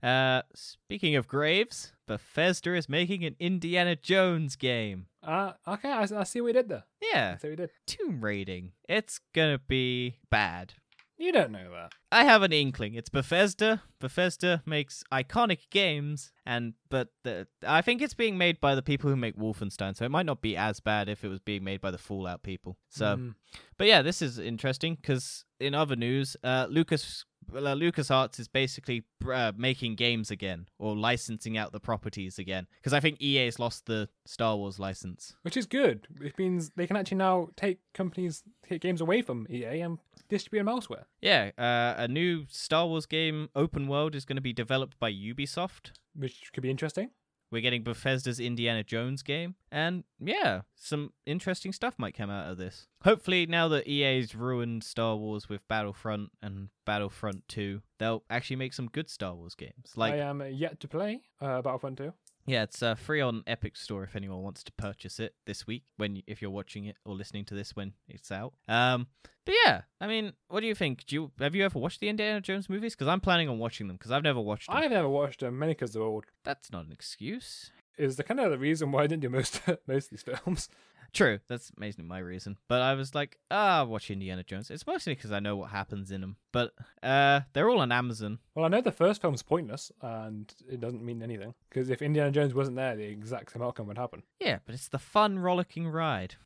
Speaker 2: Uh speaking of graves, Bethesda is making an Indiana Jones game.
Speaker 1: Uh, okay, I, I see what we did there. I
Speaker 2: Yeah,
Speaker 1: see what we did.
Speaker 2: tomb raiding. It's gonna be bad.
Speaker 1: You don't know that.
Speaker 2: I have an inkling. It's Bethesda. Bethesda makes iconic games, and but the, I think it's being made by the people who make Wolfenstein, so it might not be as bad if it was being made by the Fallout people. So,
Speaker 1: Mm.
Speaker 2: but yeah, this is interesting because in other news, uh, Lucas uh, LucasArts is basically uh, making games again or licensing out the properties again because I think EA has lost the Star Wars license.
Speaker 1: Which is good. It means they can actually now take companies, take games away from EA and distribute them elsewhere.
Speaker 2: Yeah, uh, a new Star Wars game, open world, is going to be developed by Ubisoft.
Speaker 1: Which could be interesting.
Speaker 2: We're getting Bethesda's Indiana Jones game, and yeah, some interesting stuff might come out of this. Hopefully, now that EA's ruined Star Wars with Battlefront and Battlefront 2, they'll actually make some good Star Wars games. Like,
Speaker 1: I am yet to play uh, Battlefront 2.
Speaker 2: yeah, it's uh, free on Epic Store if anyone wants to purchase it this week. When you- if you're watching it or listening to this when it's out. Um, but yeah, I mean, what do you think? Do you have you ever watched the Indiana Jones movies? Because I'm planning on watching them because I've never watched them.
Speaker 1: I've never watched them, mainly because they're old.
Speaker 2: That's not an excuse.
Speaker 1: Is the kind of the reason why I didn't do most most of these films.
Speaker 2: True, that's mainly my reason. But I was like, ah, watch Indiana Jones. It's mostly because I know what happens in them. But uh, they're all on Amazon.
Speaker 1: Well, I know the first film's pointless and it doesn't mean anything because if Indiana Jones wasn't there, the exact same outcome would happen.
Speaker 2: Yeah, but it's the fun, rollicking ride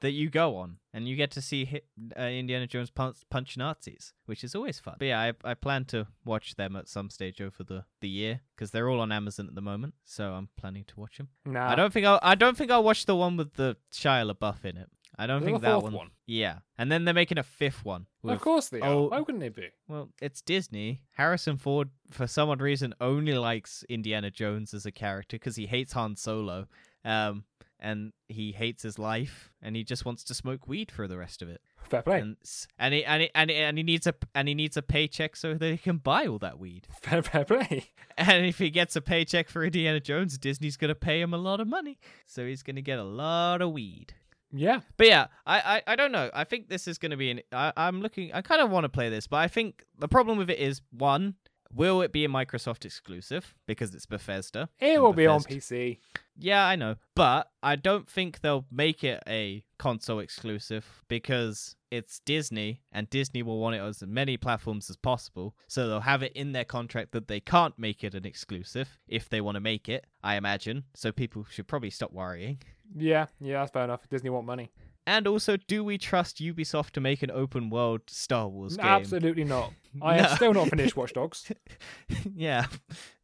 Speaker 2: that you go on, and you get to see hit, uh, Indiana Jones punch, punch Nazis, which is always fun. But yeah, I, I plan to watch them at some stage over the the year because they're all on Amazon at the moment. So I'm planning to watch them.
Speaker 1: nah,
Speaker 2: I don't think I'll I don't think I'll watch the one with the Shia LaBeouf in it. I don't
Speaker 1: There's
Speaker 2: think
Speaker 1: a
Speaker 2: that
Speaker 1: fourth
Speaker 2: one.
Speaker 1: one.
Speaker 2: Yeah, and then they're making a fifth one.
Speaker 1: Of
Speaker 2: with-
Speaker 1: course they are.
Speaker 2: oh.
Speaker 1: Why wouldn't they be?
Speaker 2: Well, it's Disney. Harrison Ford, for some odd reason, only likes Indiana Jones as a character because he hates Han Solo, um, and he hates his life, and he just wants to smoke weed for the rest of it.
Speaker 1: Fair play.
Speaker 2: And s- and he, and he, and he, and he needs a and he needs a paycheck so that he can buy all that weed.
Speaker 1: Fair, fair play.
Speaker 2: And if he gets a paycheck for Indiana Jones, Disney's gonna pay him a lot of money, so he's gonna get a lot of weed.
Speaker 1: Yeah.
Speaker 2: But yeah, I, I, I don't know. I think this is going to be an. I, I'm looking. I kind of want to play this, but I think the problem with it is one, will it be a Microsoft exclusive because it's Bethesda?
Speaker 1: It
Speaker 2: and
Speaker 1: will be on
Speaker 2: Bethesda-
Speaker 1: PC.
Speaker 2: Yeah, I know, but I don't think they'll make it a console exclusive because it's Disney, and Disney will want it on as many platforms as possible. So they'll have it in their contract that they can't make it an exclusive if they want to make it. I imagine. So people should probably stop worrying.
Speaker 1: Yeah, yeah, that's fair enough. Disney want money.
Speaker 2: And also, do we trust Ubisoft to make an open world Star Wars game?
Speaker 1: Absolutely not. I
Speaker 2: No.
Speaker 1: have still not finished Watch Dogs.
Speaker 2: yeah.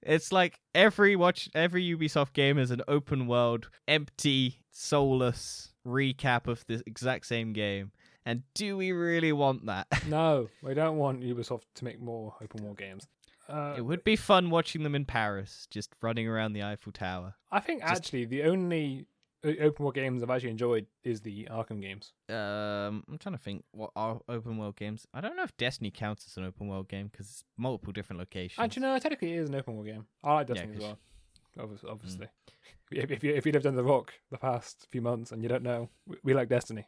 Speaker 2: It's like every watch every Ubisoft game is an open world, empty, soulless recap of the exact same game. And do we really want that?
Speaker 1: No, we don't want Ubisoft to make more open world games. Uh,
Speaker 2: It would be fun watching them in Paris, just running around the Eiffel Tower.
Speaker 1: I think
Speaker 2: just-
Speaker 1: actually the only uh, open world games I've actually enjoyed is the Arkham games.
Speaker 2: Um, I'm trying to think what are open world games. I don't know if Destiny counts as an open world game because it's multiple different locations.
Speaker 1: Actually, no, technically it is an open world game. I like
Speaker 2: Yeah,
Speaker 1: Destiny as
Speaker 2: 'cause- mm.
Speaker 1: well. Obviously, obviously. If, if you if you lived under the rock the past few months and you don't know, we, we like Destiny.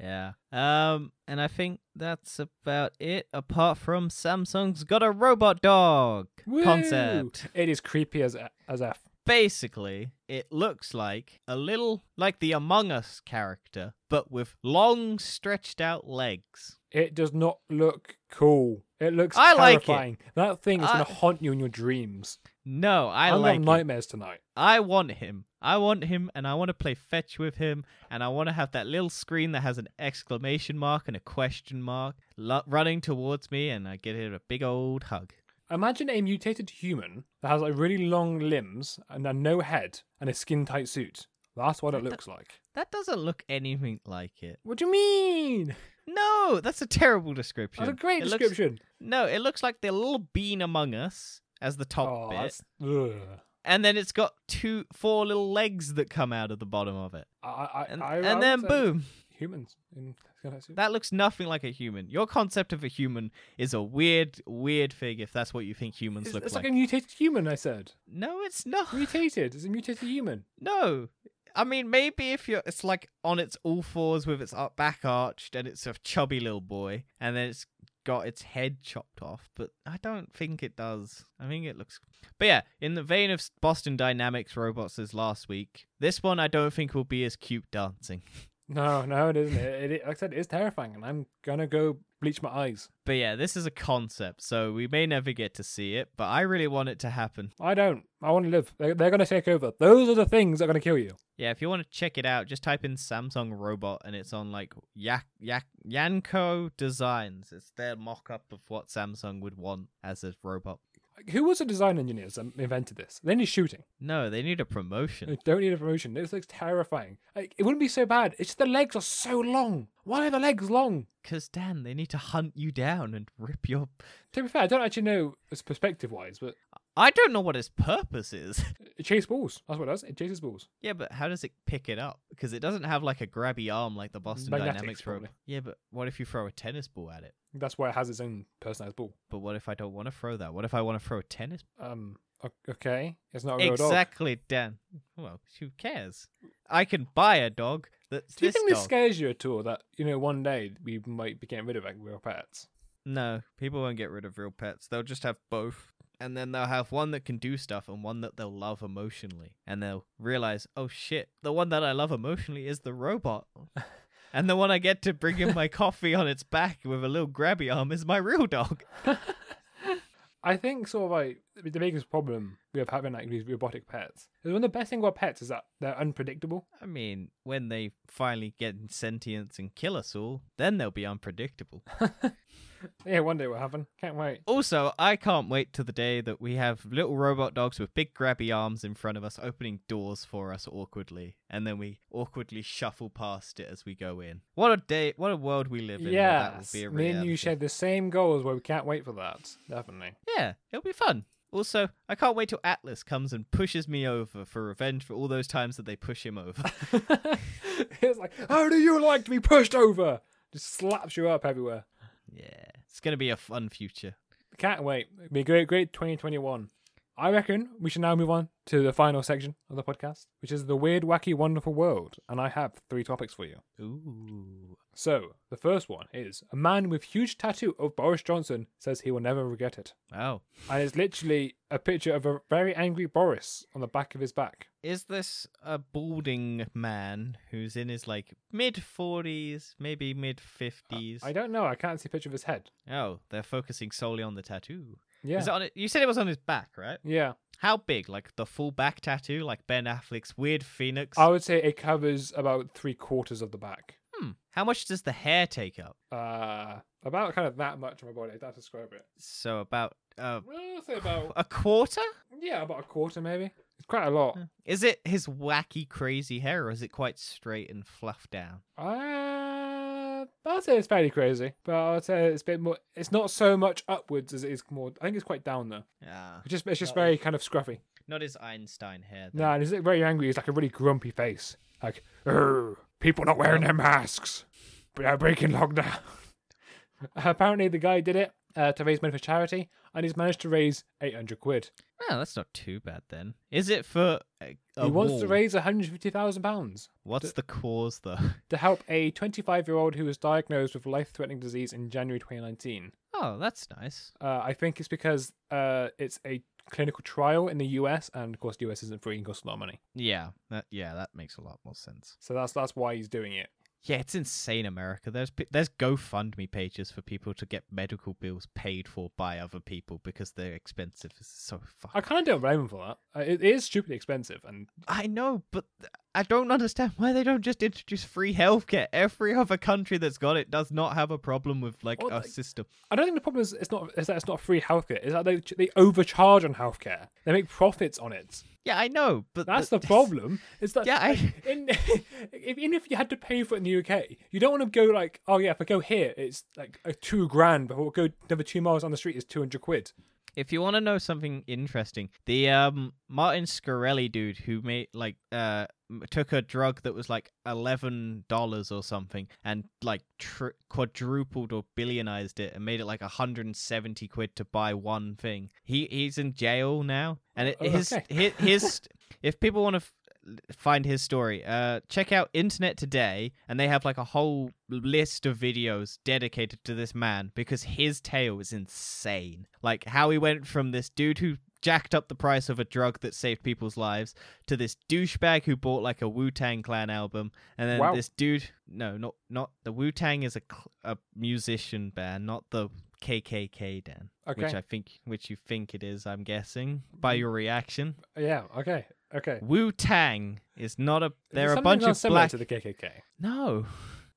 Speaker 2: Yeah. Um, and I think that's about it. Apart from Samsung's got a robot dog
Speaker 1: Woo!
Speaker 2: concept.
Speaker 1: It is creepy as as f.
Speaker 2: Basically, it looks like a little like the Among Us character, but with long stretched out legs.
Speaker 1: It does not look cool. It looks
Speaker 2: I like it.
Speaker 1: terrifying. That thing is
Speaker 2: I-
Speaker 1: going to haunt you in your dreams.
Speaker 2: No, I
Speaker 1: I'm
Speaker 2: like.
Speaker 1: gonna have
Speaker 2: it.
Speaker 1: nightmares tonight.
Speaker 2: I want him. I want him, and I want to play fetch with him, and I want to have that little screen that has an exclamation mark and a question mark lo- running towards me, and I get him a big old hug.
Speaker 1: Imagine a mutated human that has like really long limbs and a no head and a skin tight suit. That's what it looks like.
Speaker 2: That doesn't look anything like it.
Speaker 1: What do you mean?
Speaker 2: No, that's a terrible description.
Speaker 1: That's a great
Speaker 2: It looks-
Speaker 1: description.
Speaker 2: no, it looks like the little bean among us as the top
Speaker 1: Oh,
Speaker 2: bit,
Speaker 1: that's, ugh.
Speaker 2: and then it's got two, four little legs that come out of the bottom of it,
Speaker 1: I, I,
Speaker 2: and,
Speaker 1: I, I
Speaker 2: and
Speaker 1: would
Speaker 2: then
Speaker 1: say
Speaker 2: boom,
Speaker 1: humans in skin tight suits.
Speaker 2: that looks nothing like a human. Your concept of a human is a weird, weird thing if that's what you think humans
Speaker 1: It's,
Speaker 2: look
Speaker 1: it's
Speaker 2: like.
Speaker 1: like a mutated human. I said
Speaker 2: No, it's not.
Speaker 1: mutated. It's a mutated human.
Speaker 2: No. I mean, maybe if you're, it's like on its all fours with its up back arched and it's a chubby little boy and then it's got its head chopped off, but I don't think it does. I think it looks. But yeah, in the vein of Boston Dynamics robots as last week, this one I don't think will be as cute dancing.
Speaker 1: No, no, it isn't. It, it, like I said, it is terrifying, and I'm gonna go bleach my eyes.
Speaker 2: But yeah, this is a concept, so we may never get to see it, but I really want it to happen.
Speaker 1: I don't. I want to live. They're, they're gonna take over. Those are the things that are gonna kill you.
Speaker 2: Yeah, if you want to check it out, just type in Samsung robot and it's on like Yak Yak Yanko Designs. It's their mock up of what Samsung would want as a robot.
Speaker 1: Like, Who was the design engineer that invented this? They need shooting.
Speaker 2: No, they need a promotion.
Speaker 1: They don't need a promotion. This looks terrifying. Like, it wouldn't be so bad. It's just the legs are so long. Why are the legs long?
Speaker 2: Because, Dan, they need to hunt you down and rip your.
Speaker 1: To be fair, I don't actually know it's perspective wise, but
Speaker 2: I don't know what its purpose is.
Speaker 1: it chases balls. That's what it does. It chases balls.
Speaker 2: yeah, but how does it pick it up? Because it doesn't have like a grabby arm like the Boston
Speaker 1: Magnetics,
Speaker 2: Dynamics
Speaker 1: probably.
Speaker 2: robot. Yeah, but what if you throw a tennis ball at it?
Speaker 1: That's why it has its own personalized ball.
Speaker 2: But what if I don't want to throw that? What if I want to throw a tennis
Speaker 1: Um, o- okay. It's not a real dog.
Speaker 2: Exactly, Dan. Well, who cares? I can buy a dog that's
Speaker 1: Do you
Speaker 2: this
Speaker 1: think this
Speaker 2: dog.
Speaker 1: scares you at all that, you know, one day we might be getting rid of like, real pets?
Speaker 2: no, people won't get rid of real pets. They'll just have both. And then they'll have one that can do stuff and one that they'll love emotionally. And they'll realize, oh shit, the one that I love emotionally is the robot. and the one I get to bring in my coffee on its back with a little grabby arm is my real dog.
Speaker 1: I think sort of like the the biggest problem we have having like these robotic pets is one of the best thing about pets is that they're unpredictable.
Speaker 2: I mean, when they finally get sentience and kill us all, then they'll be unpredictable.
Speaker 1: Yeah, one day will happen. Can't wait.
Speaker 2: Also, I can't wait to the day that we have little robot dogs with big grabby arms in front of us opening doors for us awkwardly, and then we awkwardly shuffle past it as we go in. What a day! What a world we live in. where that will
Speaker 1: Yes,
Speaker 2: be a
Speaker 1: me and
Speaker 2: reality.
Speaker 1: you share the same goals where we can't wait for that. Definitely.
Speaker 2: Yeah, it'll be fun. Also, I can't wait till Atlas comes and pushes me over for revenge for all those times that they push him over.
Speaker 1: it's like, how do you like to be pushed over? Just slaps you up everywhere.
Speaker 2: yeah, it's gonna be a fun future.
Speaker 1: Can't wait. It'll be a great, great 2021. I reckon we should now move on to the final section of the podcast, which is the weird, wacky, wonderful world. And I have three topics for you.
Speaker 2: Ooh.
Speaker 1: So, the first one is a man with huge tattoo of Boris Johnson says he will never regret it.
Speaker 2: Wow.
Speaker 1: And it's literally a picture of a very angry Boris on the back of his back.
Speaker 2: is this a balding man who's in his like mid 40s,
Speaker 1: Uh,
Speaker 2: maybe mid 50s?
Speaker 1: I don't know, I can't see a picture of his head.
Speaker 2: Oh, they're focusing solely on the tattoo.
Speaker 1: Yeah.
Speaker 2: Is it on it? You said it was on his back, right?
Speaker 1: yeah.
Speaker 2: How big? Like the full back tattoo, like Ben Affleck's weird phoenix.
Speaker 1: I would say it covers about three quarters of the back.
Speaker 2: Hmm. How much does the hair take up?
Speaker 1: Uh, about kind of that much of my body. That's describe it.
Speaker 2: So about uh,
Speaker 1: Well, I'd say about
Speaker 2: a quarter.
Speaker 1: yeah, about a quarter maybe. It's quite a lot.
Speaker 2: Is it his wacky, crazy hair, or is it quite straight and fluffed down?
Speaker 1: Uh, I'd say it's fairly crazy, but I'd say it's a bit more. It's not so much upwards as it is more. I think it's quite down there.
Speaker 2: Ah,
Speaker 1: It's just it's just
Speaker 2: Not-
Speaker 1: very kind of scruffy.
Speaker 2: not his Einstein hair. Though.
Speaker 1: No, and he's like very angry. He's like a really grumpy face. Like, "Urgh, people not wearing their masks. They're breaking lockdown. Apparently, the guy did it uh, to raise money for charity, and he's managed to raise 800 quid.
Speaker 2: Oh, that's not too bad then. Is it for a, a
Speaker 1: he wants to
Speaker 2: wall?
Speaker 1: raise 150,000 pounds
Speaker 2: What's the cause though?
Speaker 1: to help a 25 year old who was diagnosed with life threatening disease in January 2019.
Speaker 2: Oh, that's nice.
Speaker 1: Uh, I think it's because uh, it's a clinical trial in the US, and of course, the US isn't free and costs a lot of money.
Speaker 2: Yeah, that yeah, that makes a lot more sense.
Speaker 1: So that's that's why he's doing it.
Speaker 2: Yeah, it's insane, America. There's pe- there's GoFundMe pages for people to get medical bills paid for by other people because they're expensive. It's so
Speaker 1: I
Speaker 2: fuck.
Speaker 1: kind of don't blame him for that. Uh, It is stupidly expensive, and
Speaker 2: I know, but th- I don't understand why they don't just introduce free healthcare. Every other country that's got it does not have a problem with like
Speaker 1: Well,
Speaker 2: a
Speaker 1: like-
Speaker 2: system.
Speaker 1: I don't think the problem is it's not is that it's not free healthcare. Is that they they overcharge on healthcare. They make profits on it.
Speaker 2: Yeah, I know, but
Speaker 1: That's the problem. Is that
Speaker 2: Yeah, I-
Speaker 1: like, in, if, even if you had to pay for it in the UK, you don't want to go like, oh yeah, if I go here, it's like a two grand, but we'll go another two miles on the street is two hundred quid.
Speaker 2: If you want to know something interesting, the um Martin Scarelli dude who made like uh m- took a drug that was like eleven dollars or something and like tr- quadrupled or billionized it and made it like hundred and seventy quid to buy one thing. He he's in jail now, and it,
Speaker 1: Oh,
Speaker 2: his,
Speaker 1: okay.
Speaker 2: his his if people want to. F- find his story uh check out internet today and they have like a whole list of videos dedicated to this man because his tale is insane like how he went from this dude who jacked up the price of a drug that saved people's lives to this douchebag who bought like a wu-tang clan album and then
Speaker 1: Wow.
Speaker 2: this dude no not not the wu-tang is a, cl- a musician band not the kkk dan which
Speaker 1: Okay. Mm.
Speaker 2: i think which you think it is i'm guessing by your reaction
Speaker 1: Uh, Yeah. Okay. Okay.
Speaker 2: Wu Tang is not a.
Speaker 1: Is there
Speaker 2: They're a
Speaker 1: something
Speaker 2: bunch
Speaker 1: else
Speaker 2: of
Speaker 1: similar
Speaker 2: black.
Speaker 1: to the KKK.
Speaker 2: No.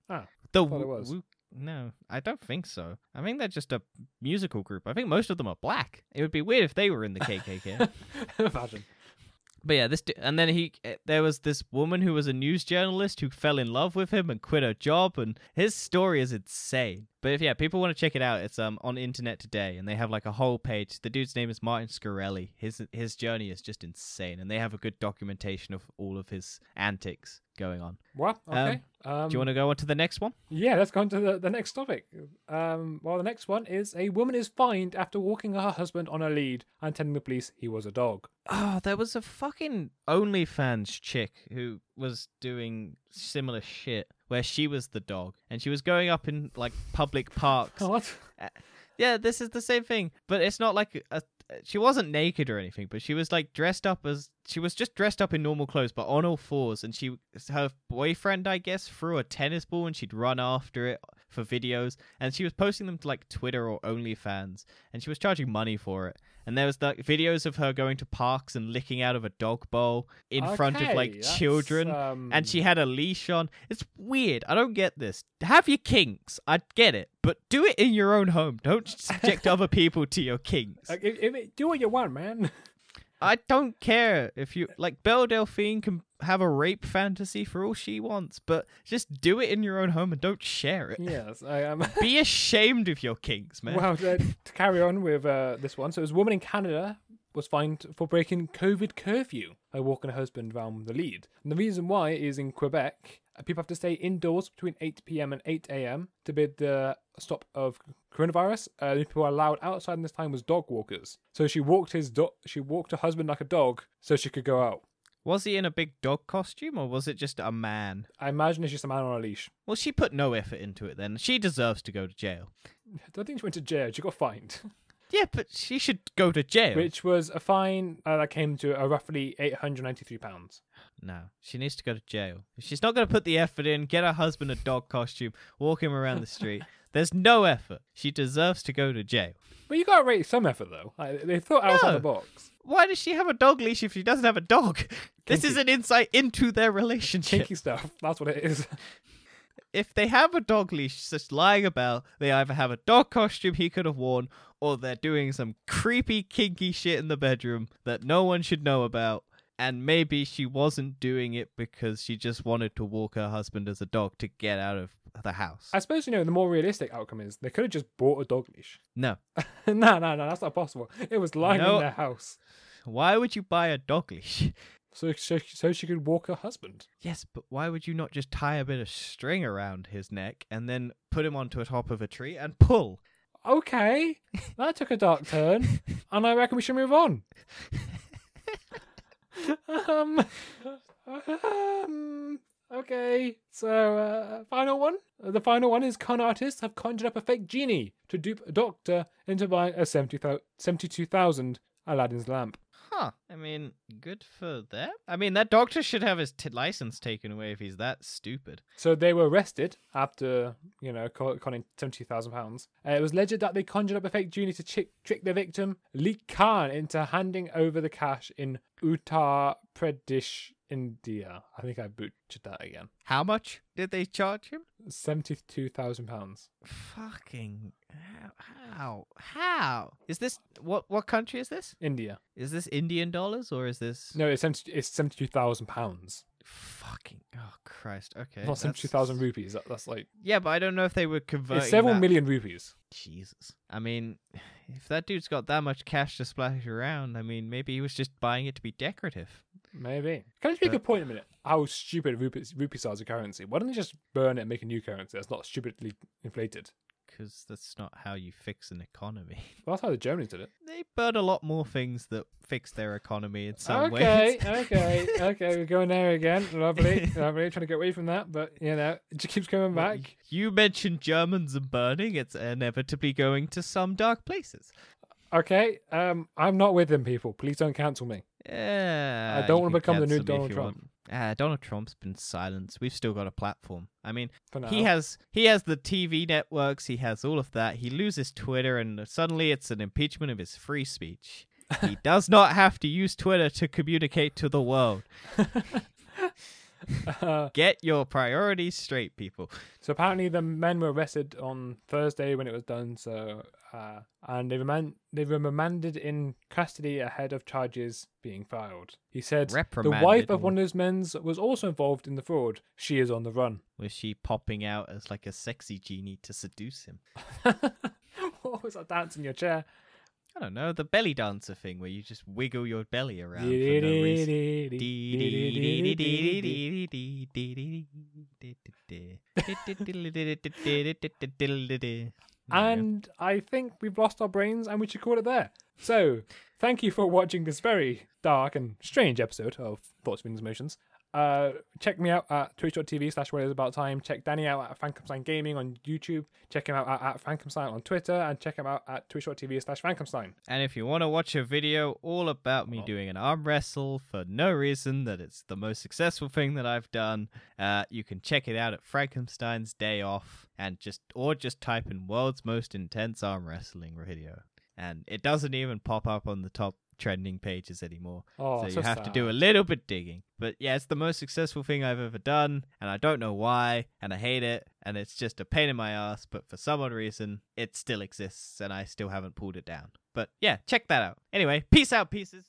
Speaker 1: Ah,
Speaker 2: the
Speaker 1: thought it
Speaker 2: Wu-
Speaker 1: was.
Speaker 2: Wu- no, I don't think so. I think they're just a musical group. I think most of them are black. It would be weird if they were in the KKK.
Speaker 1: Imagine.
Speaker 2: but yeah, this d- and then he eh, there was this woman who was a news journalist who fell in love with him and quit her job and his story is insane. But if yeah, people want to check it out, it's um on internet today and they have like a whole page. The dude's name is Martin Scarelli. His his journey is just insane and they have a good documentation of all of his antics going on.
Speaker 1: What? Okay. Um,
Speaker 2: Do you want to go on to the next one?
Speaker 1: Yeah, let's go on to the, the next topic. Um, well, the next one is a woman is fined after walking her husband on a lead and telling the police he was a dog.
Speaker 2: Oh, there was a fucking OnlyFans chick who was doing similar shit where she was the dog and she was going up in like public parks.
Speaker 1: What?
Speaker 2: Yeah, this is the same thing, but it's not like a, she wasn't naked or anything, but she was like dressed up as she was just dressed up in normal clothes, but on all fours. And she, her boyfriend, I guess, threw a tennis ball and she'd run after it for videos. And she was posting them to like Twitter or OnlyFans, and she was charging money for it. And there was like videos of her going to parks and licking out of a dog bowl in front of
Speaker 1: Okay,
Speaker 2: like
Speaker 1: that's,
Speaker 2: children
Speaker 1: um,
Speaker 2: and she had a leash on. It's weird. I don't get this. Have your kinks. I get it, but do it in your own home. Don't subject other people to your kinks.
Speaker 1: Like, if, if it, do what you want, man.
Speaker 2: I don't care if you like. Belle Delphine can have a rape fantasy for all she wants, but just do it in your own home and don't share it.
Speaker 1: yes, I am.
Speaker 2: Be ashamed of your kinks, man.
Speaker 1: Well, uh, to carry on with uh, this one, so this woman in Canada was fined for breaking COVID curfew by walking her husband around the lead. And the reason why is in Quebec, uh, people have to stay indoors between 8 p.m. and 8 a.m. to bid the stop of coronavirus. Uh, the people allowed outside, and this time was dog walkers. So she walked his do- she walked her husband like a dog, so she could go out.
Speaker 2: was he in a big dog costume or was it just a man?
Speaker 1: I imagine it's just a man on a leash.
Speaker 2: Well, she put no effort into it then. She deserves to go to jail.
Speaker 1: I don't think she went to jail. She got fined.
Speaker 2: Yeah, but she should go to jail.
Speaker 1: which was a fine uh, that came to uh, roughly eight hundred ninety-three pounds.
Speaker 2: No, she needs to go to jail. If she's not going to put the effort in, get her husband a dog costume, walk him around the street. There's no effort. She deserves to go to jail.
Speaker 1: But you got to rate some effort though. Like, they thought outside
Speaker 2: No.
Speaker 1: the box.
Speaker 2: Why does she have a dog leash if she doesn't have a dog? This
Speaker 1: Kinky.
Speaker 2: is an insight into their relationship.
Speaker 1: Kinky stuff. That's what it is.
Speaker 2: If they have a dog leash just lying about, they either have a dog costume he could have worn, or they're doing some creepy, kinky shit in the bedroom that no one should know about. And maybe she wasn't doing it because she just wanted to walk her husband as a dog to get out of the house.
Speaker 1: I suppose you know the more realistic outcome is they could have just bought a dog leash.
Speaker 2: No.
Speaker 1: no, no, no, that's not possible. It was lying
Speaker 2: No.
Speaker 1: in their house,
Speaker 2: Why would you buy a dog leash?
Speaker 1: so so, so she could walk her husband.
Speaker 2: Yes, but why would you not just tie a bit of string around his neck and then put him onto the top of a tree and pull?
Speaker 1: Okay, that took a dark turn, and I reckon we should move on. um, um, okay, so uh, final one. The final one is con artists have conjured up a fake genie to dupe a doctor into buying a 70, 72,000 Aladdin's lamp.
Speaker 2: Huh. I mean, good for them. I mean, that doctor should have his t- license taken away if he's that stupid.
Speaker 1: So they were arrested after, you know, co- conning £72,000. Uh, it was alleged that they conjured up a fake genie to chick- trick their victim, Lee Khan, into handing over the cash in Uttar Pradesh, India. I think I butchered that again.
Speaker 2: How much did they charge him?
Speaker 1: £72,000.
Speaker 2: Fucking how? How? How? Is this what? What country is this?
Speaker 1: India.
Speaker 2: Is this Indian dollars or is this
Speaker 1: No, it's, 70, it's £72,000.
Speaker 2: fucking? Oh Christ! Okay,
Speaker 1: Not
Speaker 2: that's-
Speaker 1: 72,000 rupees. That, that's like.
Speaker 2: Yeah, but I don't know if they were converting.
Speaker 1: It's several
Speaker 2: that.
Speaker 1: million rupees.
Speaker 2: Jesus. I mean, if that dude's got that much cash to splash around, I mean, maybe he was just buying it to be decorative.
Speaker 1: Maybe. Can I just make
Speaker 2: But-
Speaker 1: a point a minute? How stupid rupees, rupees are as a currency. Why don't they just burn it and make a new currency that's not stupidly inflated?
Speaker 2: Because that's not how you fix an economy.
Speaker 1: Well, that's how the Germans did it.
Speaker 2: They burn a lot more things that fix their economy in some
Speaker 1: okay,
Speaker 2: ways.
Speaker 1: okay, uh, okay. We're going there again. Lovely, lovely. Trying to get away from that, but you know, it just keeps coming
Speaker 2: Well,
Speaker 1: back.
Speaker 2: You mentioned Germans and burning. It's inevitably going to some dark places.
Speaker 1: Okay, um, I'm not with them, people. Please don't cancel me.
Speaker 2: Yeah,
Speaker 1: don't
Speaker 2: you
Speaker 1: wanna
Speaker 2: can
Speaker 1: become the new
Speaker 2: cancel me if
Speaker 1: Donald
Speaker 2: you
Speaker 1: Trump.
Speaker 2: want. Ah, Donald Trump's been silenced. We've still got a platform. I mean,
Speaker 1: For now,
Speaker 2: He has he has the TV networks, he has all of that. He loses Twitter and suddenly it's an impeachment of his free speech. he does not have to use Twitter to communicate to the world.
Speaker 1: Uh,
Speaker 2: Get your priorities straight, people.
Speaker 1: so apparently the men were arrested on Thursday when it was done. So, uh, and they remand they were remanded in custody ahead of charges being filed. He said the wife
Speaker 2: Reprimanded
Speaker 1: of
Speaker 2: or-
Speaker 1: one of those men's was also involved in the fraud. She is on the run.
Speaker 2: Was she popping out as like a sexy genie to seduce him?
Speaker 1: what was that dance in your chair?
Speaker 2: I don't know, the belly dancer thing where you just wiggle your belly around for no reason. And
Speaker 1: And I think we've lost our brains and we should call it there. So, thank you for watching this very dark and strange episode of Thoughts, Feelings, Emotions. Uh, check me out at twitch.tv slash where it's about time. Check Danny out at Frankenstein Gaming on YouTube. Check him out at, at Frankenstein on Twitter. And check him out at twitch.tv slash Frankenstein.
Speaker 2: And if you want to watch a video all about me doing an arm wrestle for no reason, that it's the most successful thing that I've done, uh, you can check it out at Frankenstein's Day Off, and just or just type in "world's most intense arm wrestling video," and it doesn't even pop up on the top trending pages anymore.
Speaker 1: Oh,
Speaker 2: so you
Speaker 1: so
Speaker 2: have to do a
Speaker 1: sad.
Speaker 2: little bit digging. But yeah, it's the most successful thing I've ever done, and I don't know why, and I hate it, and it's just a pain in my ass, but for some odd reason, it still exists, and I still haven't pulled it down. But yeah, check that out. Anyway, peace out, pieces.